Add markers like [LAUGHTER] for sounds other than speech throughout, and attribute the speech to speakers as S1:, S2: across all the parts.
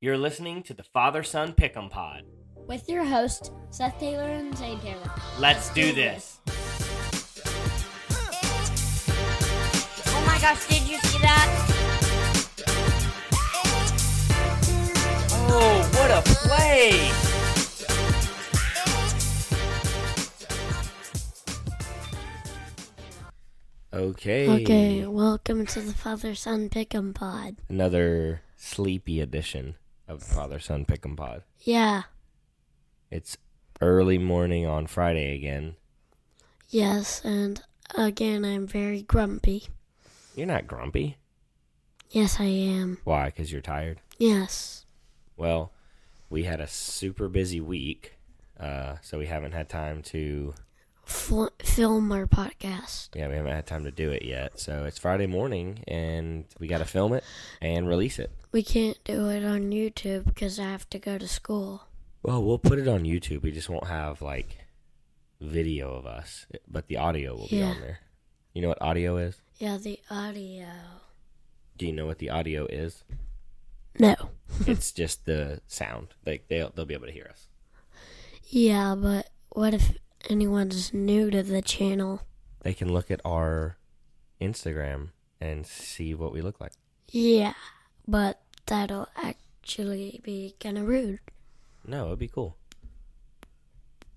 S1: You're listening to the Father Son Pick'em Pod.
S2: with your host Seth Taylor and Zane Taylor.
S1: Let's do this.
S2: Oh my gosh, did you see that?
S1: Oh, what a play! Okay.
S2: Okay, welcome to the Father Son Pick'em Pod.
S1: Another sleepy edition of the Father Son Pick'em Pod.
S2: Yeah,
S1: It's early morning on Friday again.
S2: yes, and again, I'm very grumpy.
S1: You're not grumpy.
S2: Yes, I am.
S1: Why? Because you're tired?
S2: Yes.
S1: Well, we had a super busy week, uh, so we haven't had time to
S2: Fl- film our podcast.
S1: Yeah, we haven't had time to do it yet. So it's Friday morning, and we got to film it and release it.
S2: We can't do it on YouTube because I have to go to school.
S1: Well, we'll put it on YouTube. We just won't have like video of us, but the audio will be
S2: Yeah.
S1: on there. You know what audio is?
S2: Yeah, the audio.
S1: Do you know what the audio is?
S2: No.
S1: it's just the sound. Like they'll they'll be able to hear us.
S2: Yeah, but what if anyone's new to the channel?
S1: They can look at our Instagram and see what we look like.
S2: Yeah, but that'll actually be kind of rude.
S1: No, it'd be cool.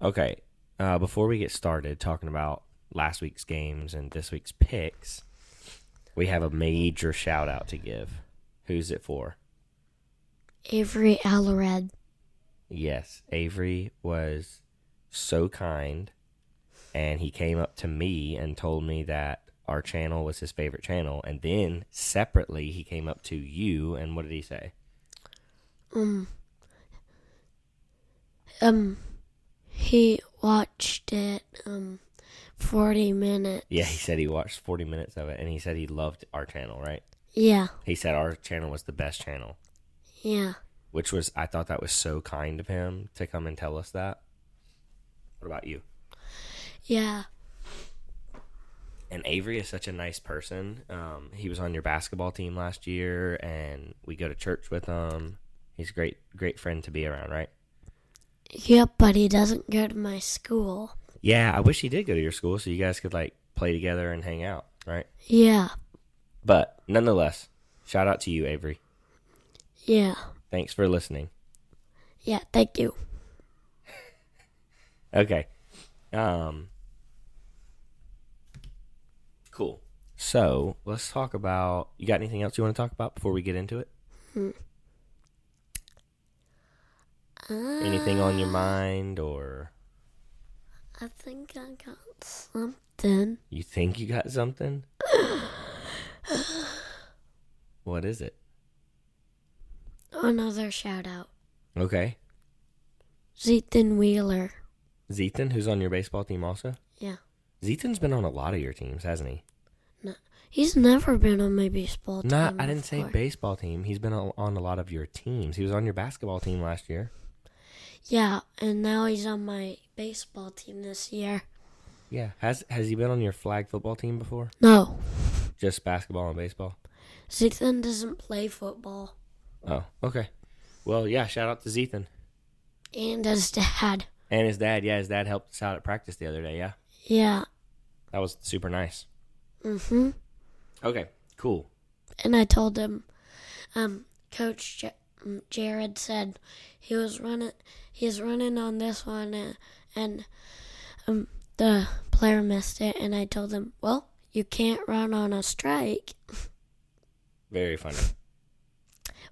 S1: Okay, uh, before we get started talking about last week's games and this week's picks, we have a major shout out to give. Who's it for?
S2: Avery Allred.
S1: Yes, Avery was so kind, and he came up to me and told me that our channel was his favorite channel, and then separately he came up to you and what did he say?
S2: Um, um, he watched it, um, 40 minutes.
S1: Yeah, he said he watched forty minutes of it, and he said he loved our channel. Right?
S2: Yeah,
S1: He said our channel was the best channel.
S2: yeah.
S1: which was I thought that was so kind of him to come and tell us that. What about you?
S2: Yeah,
S1: And Avery is such a nice person. Um, he was on your basketball team last year, and we go to church with him. He's a great, great friend to be around, right?
S2: yep, but he doesn't go to my school.
S1: Yeah, I wish he did go to your school so you guys could like play together and hang out, right?
S2: Yeah,
S1: But nonetheless, shout out to you, Avery.
S2: yeah,
S1: Thanks for listening.
S2: yeah, thank you.
S1: Okay. Um Cool. So, let's talk about you got anything else you want to talk about before we get into it? Anything on your mind or
S2: Ah, I think I got something.
S1: you think you got something? what is it?
S2: Another shout out.
S1: Okay.
S2: Zethan Wheeler.
S1: Zethan, who's on your baseball team also?
S2: Yeah.
S1: Zethan's been on a lot of your teams, hasn't he?
S2: No, he's never been on my baseball team.
S1: Not, I didn't say
S2: before.
S1: baseball team. He's been on on a lot of your teams. He was on your basketball team last year.
S2: Yeah, and now he's on my baseball team this year.
S1: Yeah. Has has he been on your flag football team before?
S2: No,
S1: Just basketball and baseball?
S2: Zethan doesn't play football,
S1: Oh, okay. Well, yeah, shout out to Zethan.
S2: and his dad.
S1: And his dad, yeah, his dad helped us out at practice the other day, yeah.
S2: Yeah.
S1: That was super nice.
S2: Mhm.
S1: Okay, cool.
S2: And I told him, um, Coach J- um, Jared said he was running. He's running on this one, and, and um, the player missed it. And I told him, well, you can't run on a strike.
S1: Very funny.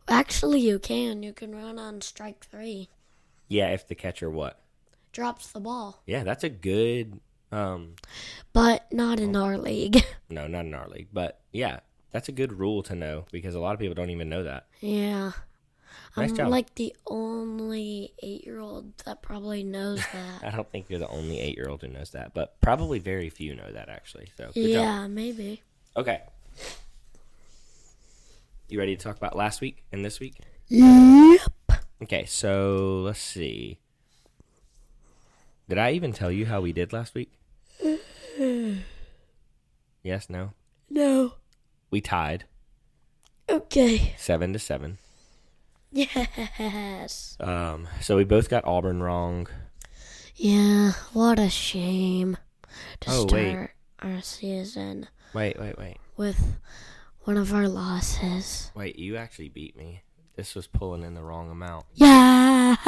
S2: Actually, you can. You can run on strike three.
S1: Yeah, if the catcher what?
S2: Drops the ball,
S1: Yeah, that's a good um
S2: but not in our league.
S1: no, not in our league, but yeah, that's a good rule to know because a lot of people don't even know that.
S2: yeah.
S1: Nice
S2: I'm
S1: job.
S2: like the only eight year old that
S1: [LAUGHS]
S2: probably knows that.
S1: I don't think you're the only eight year old who knows that, but probably very few know that actually. So good job.
S2: yeah, maybe.
S1: Okay. You ready to talk about last week and this week?
S2: Yep.
S1: Okay, so let's see. Did I even tell you how we did last [SIGHS] week? yes, no.
S2: No.
S1: We tied
S2: Okay. [LAUGHS]
S1: 7 to 7.
S2: Yes.
S1: Um, so we both got Auburn wrong.
S2: Yeah, what a shame to
S1: Oh, wait.
S2: start our season
S1: Wait, wait, wait,
S2: with one of our losses.
S1: wait. You actually beat me. This was pulling in the wrong amount.
S2: Yes.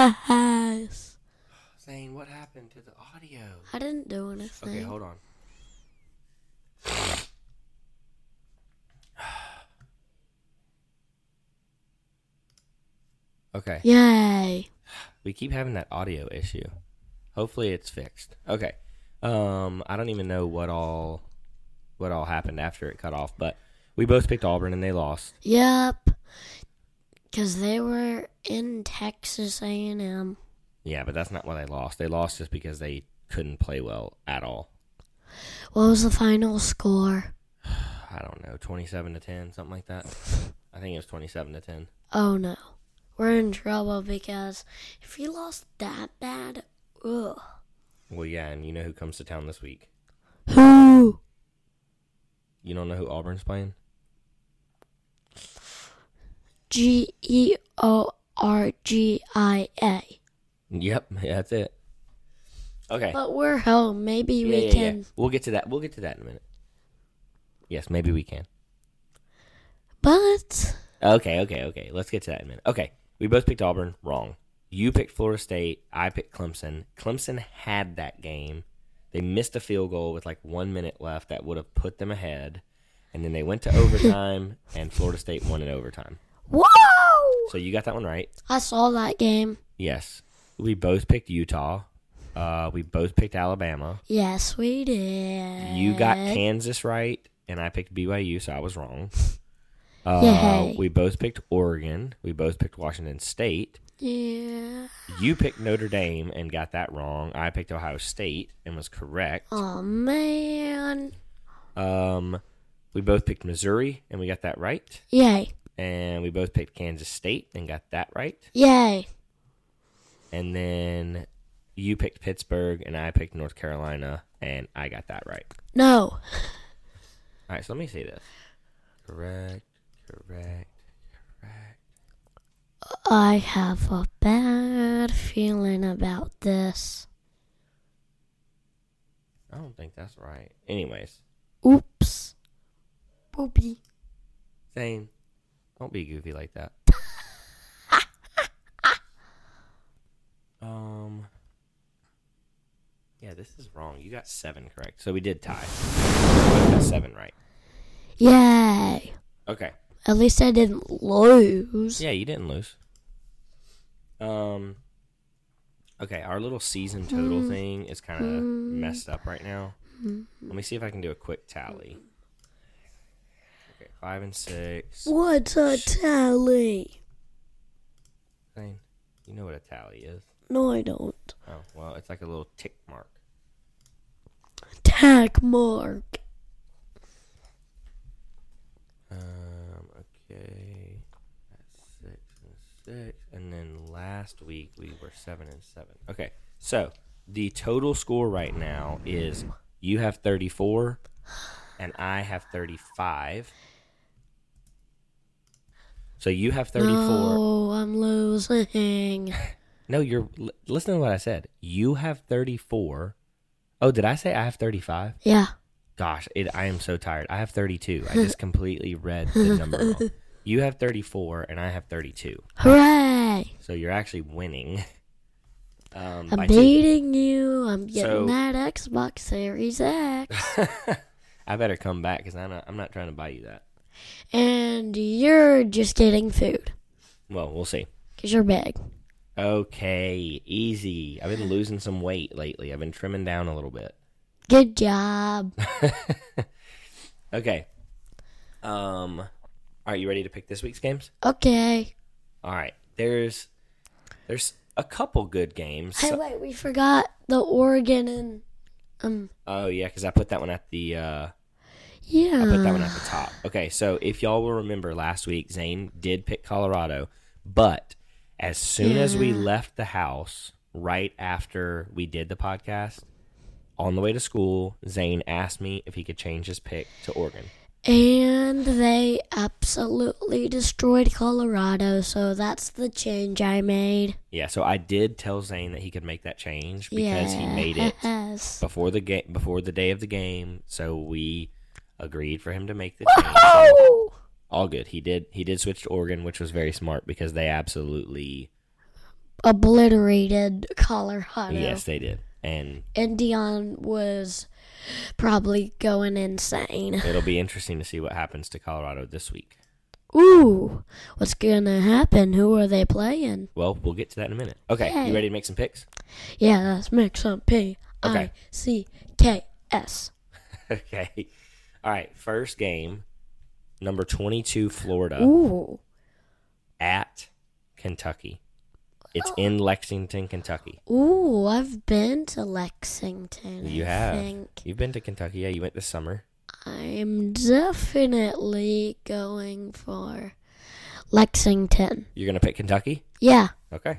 S1: Zane, what happened to the audio?
S2: I didn't do anything.
S1: Okay, hold on. [SIGHS] Okay.
S2: Yay.
S1: We keep having that audio issue. Hopefully it's fixed. Okay. Um I don't even know what all what all happened after it cut off, but we both picked Auburn and they lost.
S2: Yep. Cuz they were in Texas A&M.
S1: Yeah, but that's not why they lost. They lost just because they couldn't play well at all.
S2: What was the final score?
S1: I don't know, 27 to 10, something like that. I think it was 27 to 10.
S2: Oh no. We're in trouble because if we lost that bad, ugh.
S1: Well, yeah, and you know who comes to town this week?
S2: Who?
S1: You don't know who Auburn's playing?
S2: G E O R G I A.
S1: Yep, [LAUGHS] that's it. Okay.
S2: But we're home. Maybe
S1: Yeah,
S2: we
S1: yeah, yeah.
S2: can.
S1: We'll get to that. We'll get to that in a minute. Yes, maybe we can.
S2: But
S1: Okay, okay, okay. Let's get to that in a minute. Okay. We both picked Auburn. Wrong. You picked Florida State. I picked Clemson. Clemson had that game. They missed a field goal with like one minute left that would have put them ahead. And then they went to overtime, and Florida State won in overtime.
S2: whoa!
S1: So you got that one right.
S2: I saw that game.
S1: Yes. We both picked Utah. Uh, we both picked Alabama.
S2: Yes, we did.
S1: You got Kansas right, and I picked BYU, so I was wrong. Uh,
S2: Yay.
S1: we both picked Oregon. We both picked Washington State.
S2: Yeah.
S1: You picked Notre Dame and got that wrong. I picked Ohio State and was correct.
S2: Oh man.
S1: Um, we both picked Missouri and we got that right.
S2: Yay!
S1: And we both picked Kansas State and got that right.
S2: Yay!
S1: And then you picked Pittsburgh and I picked North Carolina and I got that right.
S2: No.
S1: All right, so let me say this. Correct, correct, correct.
S2: I have a bad feeling about this.
S1: I don't think that's right. Anyways,
S2: Oops. Boopy.
S1: Zane, don't be goofy like that. [LAUGHS] um, yeah, this is wrong. You got seven correct, so we did tie. We got seven right.
S2: Yay!
S1: Okay.
S2: At least I didn't lose.
S1: Yeah, you didn't lose. Um. Okay, our little season total thing is kind of messed up right now. Let me see if I can do a quick tally. Okay, five and six.
S2: What a tally!
S1: Thing. You know what a tally is?
S2: No, I don't.
S1: Oh, well, it's like a little tick mark.
S2: Tag mark.
S1: Um. Okay. That's six and six, and then last week we were seven and seven. Okay, so the total score right now is you have thirty four, and I have thirty five. So you have thirty four. No.
S2: No, I'm losing.
S1: you're li- listen to what I said. You have thirty four. Oh, did I say I have thirty five?
S2: yeah.
S1: Gosh, it, I am so tired. I have 32. I just completely read the number wrong. You have 34, and I have 32.
S2: Hooray!
S1: So you're actually winning. Um,
S2: I'm
S1: by two.
S2: beating you. I'm getting
S1: So-
S2: that Xbox Series X.
S1: I better come back because I'm not, I'm not trying to buy you that.
S2: and you're just getting food.
S1: Well, we'll see.
S2: Because you're big.
S1: Okay, easy. I've been losing some weight lately. I've been trimming down a little bit.
S2: Good job.
S1: Okay. Um, are you ready to pick this week's games?
S2: Okay.
S1: All right. There's there's a couple good games.
S2: Hey, wait, we forgot the Oregon and. Um,
S1: oh yeah, because I put that one at the. Uh,
S2: yeah.
S1: I put that one at the top. Okay, so if y'all will remember last week, Zane did pick Colorado, but as soon as we left the house, right after we did the podcast, on the way to school, Zane asked me if he could change his pick to Oregon.
S2: And they absolutely destroyed Colorado, so that's the change I made.
S1: Yeah, so I did tell Zane that he could make that change because he made
S2: [LAUGHS]
S1: it [LAUGHS]
S2: Yes.
S1: before the game before the day of the game, so we agreed for him to make the change. So
S2: Oh!
S1: all good. He did he did switch to Oregon, which was very smart because they absolutely
S2: Obliterated Colorado.
S1: Yes, they did. And
S2: And Dion was probably going insane.
S1: it'll be interesting to see what happens to Colorado this week.
S2: Ooh, what's gonna happen? Who are they playing?
S1: Well, we'll get to that in a minute. Okay,
S2: Yay.
S1: you ready to make some picks? [LAUGHS]
S2: Yeah, let's make some P I
S1: Okay.
S2: C K S.
S1: okay. All right, first game, number 22 Florida
S2: Ooh,
S1: at Kentucky.
S2: [GASPS]
S1: It's in Lexington, Kentucky.
S2: ooh, I've been to Lexington.
S1: You
S2: I
S1: have.
S2: Think.
S1: You've been to Kentucky. Yeah, you went this summer.
S2: I'm definitely going for Lexington.
S1: You're going to pick Kentucky?
S2: Yeah,
S1: Okay.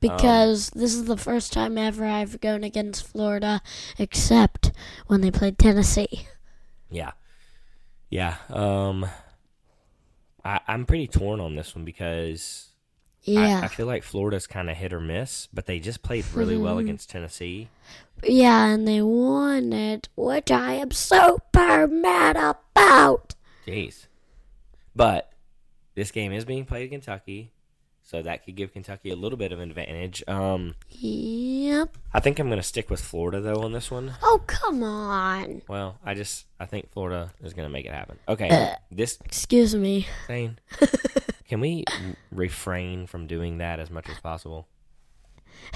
S2: because
S1: Um,
S2: this is the first time ever I've gone against Florida, except when they played Tennessee.
S1: Yeah. Yeah. Um I I'm pretty torn on this one because I-
S2: Yeah.
S1: I, feel like Florida's kind of hit or miss, but they just played really well against Tennessee.
S2: Yeah, and they won it, which I am super mad about.
S1: Jeez. But this game is being played in Kentucky, so that could give Kentucky a little bit of an advantage. Um,
S2: Yep.
S1: I think I'm going to stick with Florida though on this one.
S2: Oh, come on.
S1: Well, I just I think Florida is going to make it happen. Okay, this
S2: Excuse me. [LAUGHS]
S1: thing. Can we refrain from doing that as much as possible?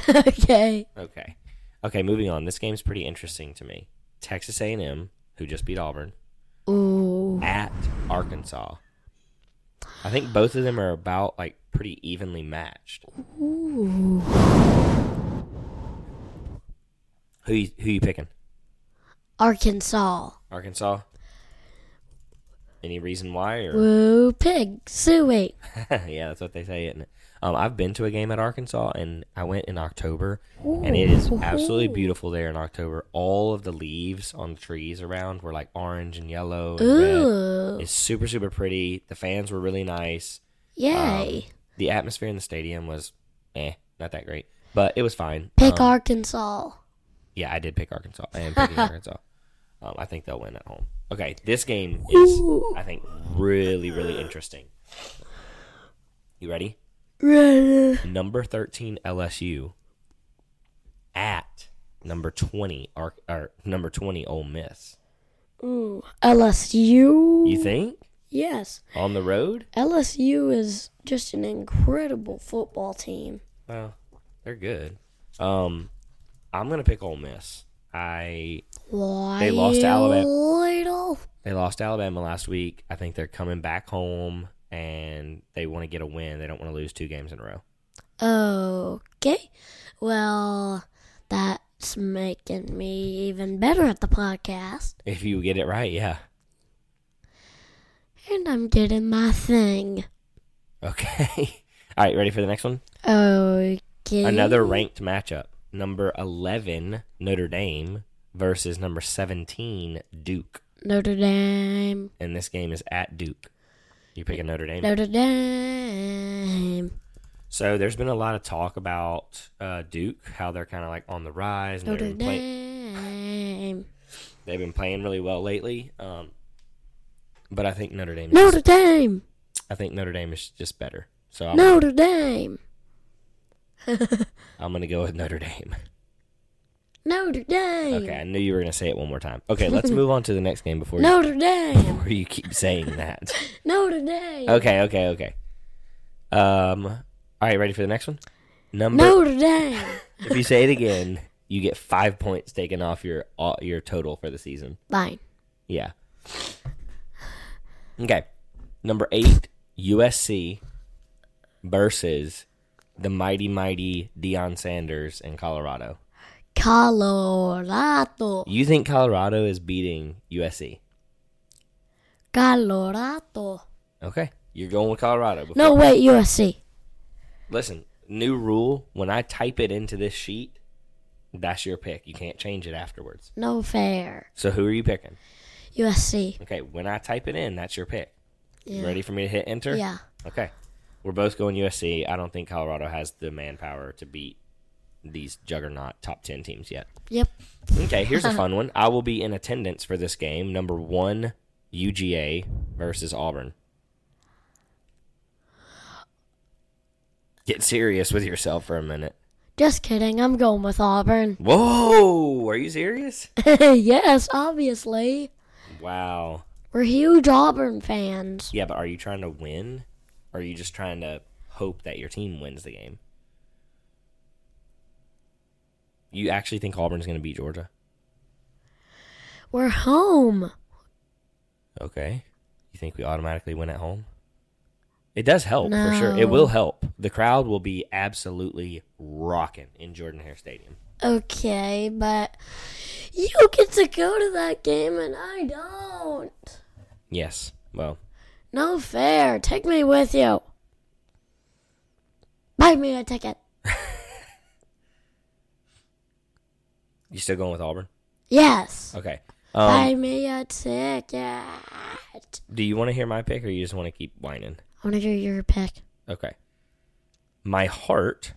S2: okay.
S1: Okay. Okay, moving on. This game's pretty interesting to me. Texas A&M, who just beat Auburn,
S2: Ooh.
S1: at Arkansas. I think both of them are about like pretty evenly matched.
S2: Ooh.
S1: Who you, who you picking?
S2: Arkansas.
S1: Arkansas. Any reason why? Or
S2: Woo pig suey.
S1: [LAUGHS] yeah, that's what they say, isn't it? Um, I've been to a game at Arkansas, and I went in October, and it is absolutely beautiful there in October. All of the leaves on the trees around were like orange and yellow and
S2: Ooh.
S1: red. It's super super pretty. The fans were really nice.
S2: Yay.
S1: The atmosphere in the stadium was, eh, not that great, but it was fine.
S2: Pick
S1: Um,
S2: Arkansas.
S1: Yeah, I did pick Arkansas. I am picking Arkansas. Um, I think they'll win at home. Okay, this game is, I think, really, really interesting. You ready?
S2: Right.
S1: Number 13 LSU at number 20 Ar- or number 20 Ole Miss.
S2: Ooh. LSU.
S1: You think
S2: yes.
S1: on the road?
S2: LSU is just an incredible football team.
S1: Well, they're good. Um, I'm gonna pick Ole Miss. I
S2: Why?
S1: They lost to Alabama.
S2: Little.
S1: They lost to Alabama last week. I think they're coming back home and they want to get a win. They don't want to lose two games in a row.
S2: Okay. Well, that's making me even better at the podcast.
S1: If you get it right, yeah. [LAUGHS]
S2: And I'm getting my thing.
S1: Okay. All right, ready for the next one?
S2: Okay.
S1: Another ranked matchup. Number 11 Notre Dame versus number 17 Duke.
S2: Notre Dame.
S1: And this game is at Duke. You picking Notre Dame?
S2: Notre Dame.
S1: So there's been a lot of talk about uh, Duke, how they're kind of like on the rise. And
S2: Notre
S1: they've, been play-
S2: Dame.
S1: they've been playing really well lately. Um, but I think Notre Dame.
S2: Notre Dame.
S1: I think Notre Dame is just better. So I'm,
S2: Notre Dame.
S1: I'm going to go with Notre Dame.
S2: Notre Dame.
S1: Okay, I knew you were going to say it one more time. Okay, let's move on to the next game
S2: [LAUGHS]
S1: before you
S2: Notre Dame.
S1: before [LAUGHS] you keep saying that.
S2: Notre Dame.
S1: Okay, okay, okay. Um, all right, ready for the next one? Number.
S2: Notre Dame.
S1: If you say it again, you get five points taken off your all- your total for the season.
S2: Fine.
S1: Yeah. Okay, number eight USC versus the mighty mighty Deion Sanders in Colorado.
S2: Colorado.
S1: You think Colorado is beating USC?
S2: Colorado.
S1: Okay, you're going with Colorado. Before-
S2: No, wait, USC.
S1: Listen, new rule when I type it into this sheet, that's your pick. You can't change it afterwards.
S2: No fair.
S1: So who are you picking?
S2: USC.
S1: Okay, when I type it in, that's your pick.
S2: Yeah.
S1: You ready for me to hit enter?
S2: Yeah.
S1: Okay. We're both going USC. I don't think Colorado has the manpower to beat these juggernaut top 10 teams yet.
S2: Yep.
S1: Okay, here's a fun one. I will be in attendance for this game. Number one, UGA versus Auburn. Get serious with yourself for a minute.
S2: Just kidding. I'm going with Auburn. [LAUGHS]
S1: Whoa, are you serious?
S2: yes, obviously.
S1: Wow.
S2: We're huge Auburn fans.
S1: Yeah, but are you trying to win? Or are you just trying to hope that your team wins the game? You actually think Auburn's going to beat Georgia?
S2: We're home.
S1: Okay. You think we automatically win at home? It does help for sure. It
S2: No.
S1: will help. The crowd will be absolutely rocking in Jordan Hare Stadium.
S2: Okay, but you get to go to that game and I don't.
S1: Yes. Well,
S2: No fair. Take me with you. Buy me a ticket.
S1: you still going with Auburn?
S2: Yes.
S1: Okay. Um,
S2: Buy me a ticket. I
S1: do you want to hear my pick or you just want to keep whining?
S2: want to hear your pick.
S1: Okay. My heart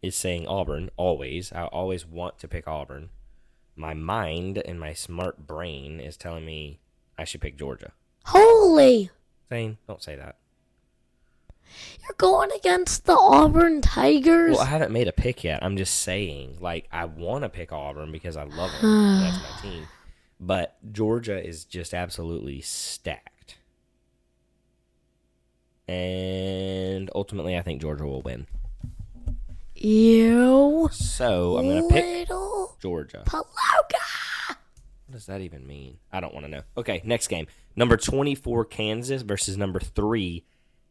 S1: is saying Auburn always. I always want to pick Auburn. My mind and my smart brain is telling me I should pick Georgia.
S2: Holy!
S1: Zane, don't say that.
S2: You're going against the Auburn Tigers?
S1: Well, I haven't made a pick yet. I'm just saying, like, I want to pick Auburn because I love them. That's my team. But Georgia is just absolutely stacked. And ultimately, I think Georgia will win.
S2: you
S1: So I'm going to pick
S2: little
S1: Georgia.
S2: palooka!
S1: What does that even mean? I don't want to know. Okay, next game. Number 24, Kansas versus number 3,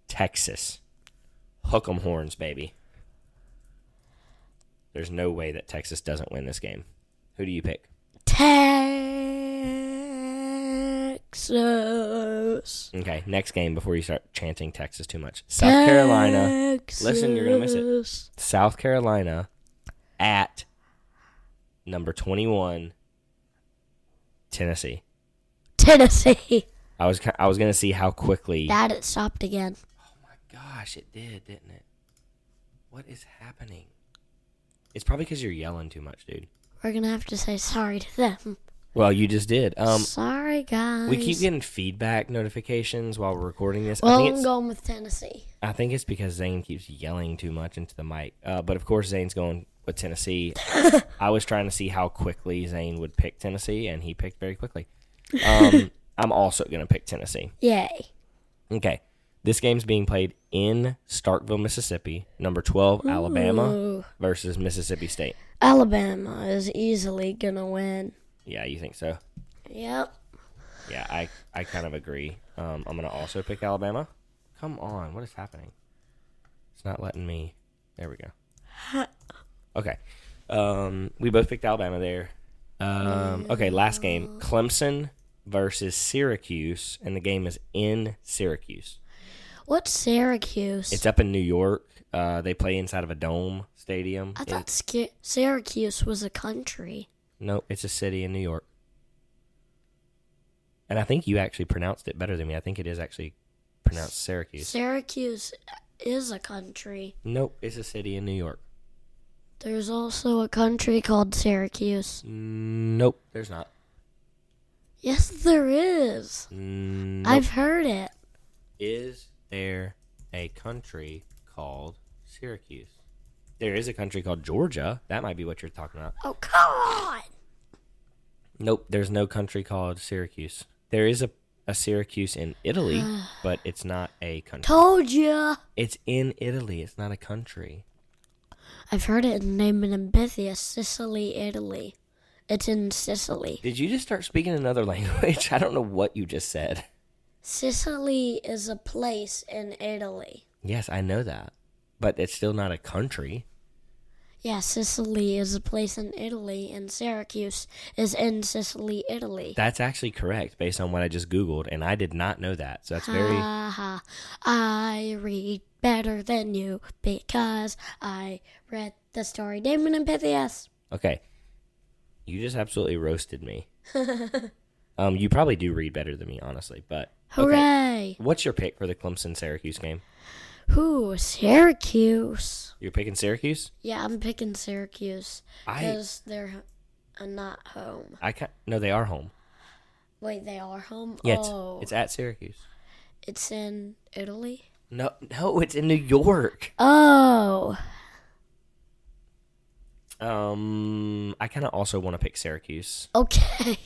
S1: Texas. Hook 'em horns, baby. There's no way that Texas doesn't win this game. Who do you pick?
S2: Texas.
S1: Okay, next game before you start chanting Texas too much. South Carolina. Listen, you're gonna miss it.
S2: Texas.
S1: South Carolina at number 21, Tennessee.
S2: Tennessee.
S1: I was ki- I was going to see how quickly
S2: Dad, it stopped again.
S1: Oh Gosh, it did, didn't it? What is happening? It's probably because you're yelling too much, dude.
S2: We're gonna have to say sorry to them.
S1: Well, you just did. Um,
S2: sorry, guys.
S1: we keep getting feedback notifications while we're recording this. I
S2: Well,
S1: think
S2: I'm
S1: it's,
S2: going with Tennessee.
S1: I think it's because Zane keeps yelling too much into the mic. Uh, but of course, Zane's going with
S2: [LAUGHS]
S1: Tennessee. I was trying to see how quickly Zane would pick Tennessee, and he picked very quickly.
S2: [LAUGHS]
S1: Um, I'm also going to pick Tennessee.
S2: Yay.
S1: Okay. This game's being played in Starkville, Mississippi. Number 12, Alabama
S2: Ooh.
S1: versus Mississippi State.
S2: Alabama is easily gonna win.
S1: Yeah, you think so?
S2: Yep.
S1: Yeah, I, I kind of agree. Um, I'm going to also pick Alabama. Come on, what is happening? It's not letting me. There we go. Okay. Um, we both picked Alabama there. Um, okay, last game Clemson versus Syracuse, and the game is in Syracuse.
S2: What's Syracuse?
S1: It's up in New York. Uh, they play inside of a dome stadium.
S2: I
S1: It-
S2: thought Sca- Syracuse was a country.
S1: no, it's a city in New York. And I think you actually pronounced it better than me. I think it is actually pronounced Syracuse.
S2: Syracuse is a country.
S1: Nope, it's a city in New York.
S2: There's also a country called Syracuse.
S1: Nope, there's not.
S2: Yes, there is.
S1: Nope.
S2: I've heard it.
S1: Is there a country called Syracuse? There is a country called Georgia. That might be what you're talking about.
S2: Oh, come on!
S1: Nope, there's no country called Syracuse. There is a, a Syracuse in Italy, but it's not a country.
S2: Told ya!
S1: It's in Italy. It's not a country.
S2: I've heard it named in Amphithia, Sicily, Italy. It's in Sicily.
S1: Did you just start speaking another [LAUGHS] language? I don't know what you just said.
S2: Sicily is a place in Italy.
S1: Yes, I know that. But it's still not a country.
S2: Yeah, Sicily is a place in Italy, and Syracuse is in Sicily, Italy.
S1: That's actually correct based on what I just Googled, and I did not know that. So that's very.
S2: Ha ha. I read better than you because I read the story Damon and Pythias. [LAUGHS]
S1: Okay. You just absolutely roasted me. Um, you probably do read better than me, honestly. But
S2: Hooray!
S1: what's your pick for the Clemson Syracuse game?
S2: Who? Syracuse.
S1: You're picking Syracuse.
S2: Yeah, I'm picking Syracuse
S1: I
S2: because they're uh, not home.
S1: I can no, they are home.
S2: Wait, they are home.
S1: Yeah, it's,
S2: oh,
S1: it's at Syracuse.
S2: it's in Italy.
S1: No, no, it's in New York.
S2: Oh,
S1: Um, I kind of also want to pick Syracuse,
S2: [LAUGHS] okay.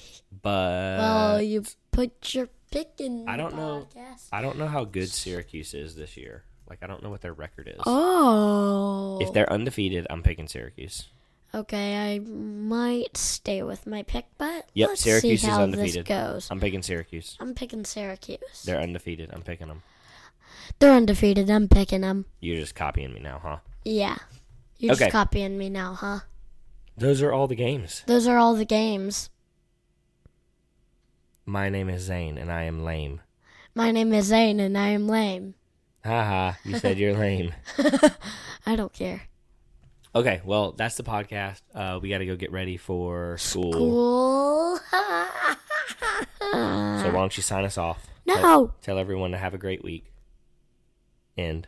S1: but
S2: well, you put your pick in.
S1: Uh, I
S2: the
S1: don't know.
S2: podcast.
S1: I don't know how good Syracuse is this year. Like, I don't know what their record is.
S2: Oh.
S1: If they're undefeated, I'm picking Syracuse.
S2: okay, I might stay with my pick, but
S1: Yep,
S2: let's
S1: Syracuse
S2: see
S1: is
S2: how
S1: undefeated.
S2: this goes.
S1: I'm picking Syracuse.
S2: I'm picking Syracuse. They're,
S1: They're undefeated. I'm picking them.
S2: undefeated. I'm picking them.
S1: You're just copying me now, huh?
S2: Yeah. You're
S1: Okay.
S2: just copying me now, huh?
S1: Those are all the games.
S2: Those are all the games.
S1: My name is Zane, and I am lame.
S2: My name is Zane and I am lame.
S1: Haha, you said
S2: [LAUGHS]
S1: you're lame.
S2: I don't care.
S1: Okay, well, that's the podcast. Uh, we got to go get ready for school.
S2: Cool.
S1: So why don't you sign us off?
S2: no,
S1: Tell everyone to have a great week. End.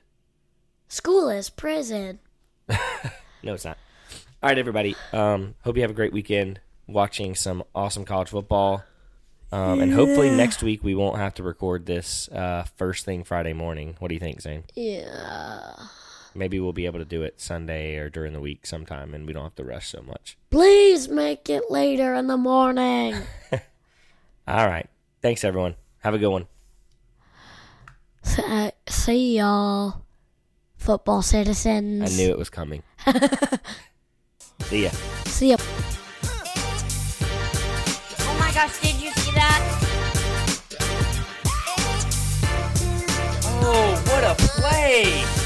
S2: school is prison.
S1: No, it's not. All right, everybody. Um, hope you have a great weekend watching some awesome college football. Um, and hopefully next week we won't have to record this uh, first thing Friday morning. What do you think, Zane?
S2: Yeah.
S1: Maybe we'll be able to do it Sunday or during the week sometime, and we don't have to rush so much.
S2: Please make it later in the morning. [LAUGHS]
S1: All right. Thanks, everyone. Have a good one.
S2: Uh, See y'all, football
S1: I
S2: citizens.
S1: knew it was coming. See ya.
S2: [LAUGHS] See ya.
S3: Oh my gosh, did you see that?
S1: Oh, what a play!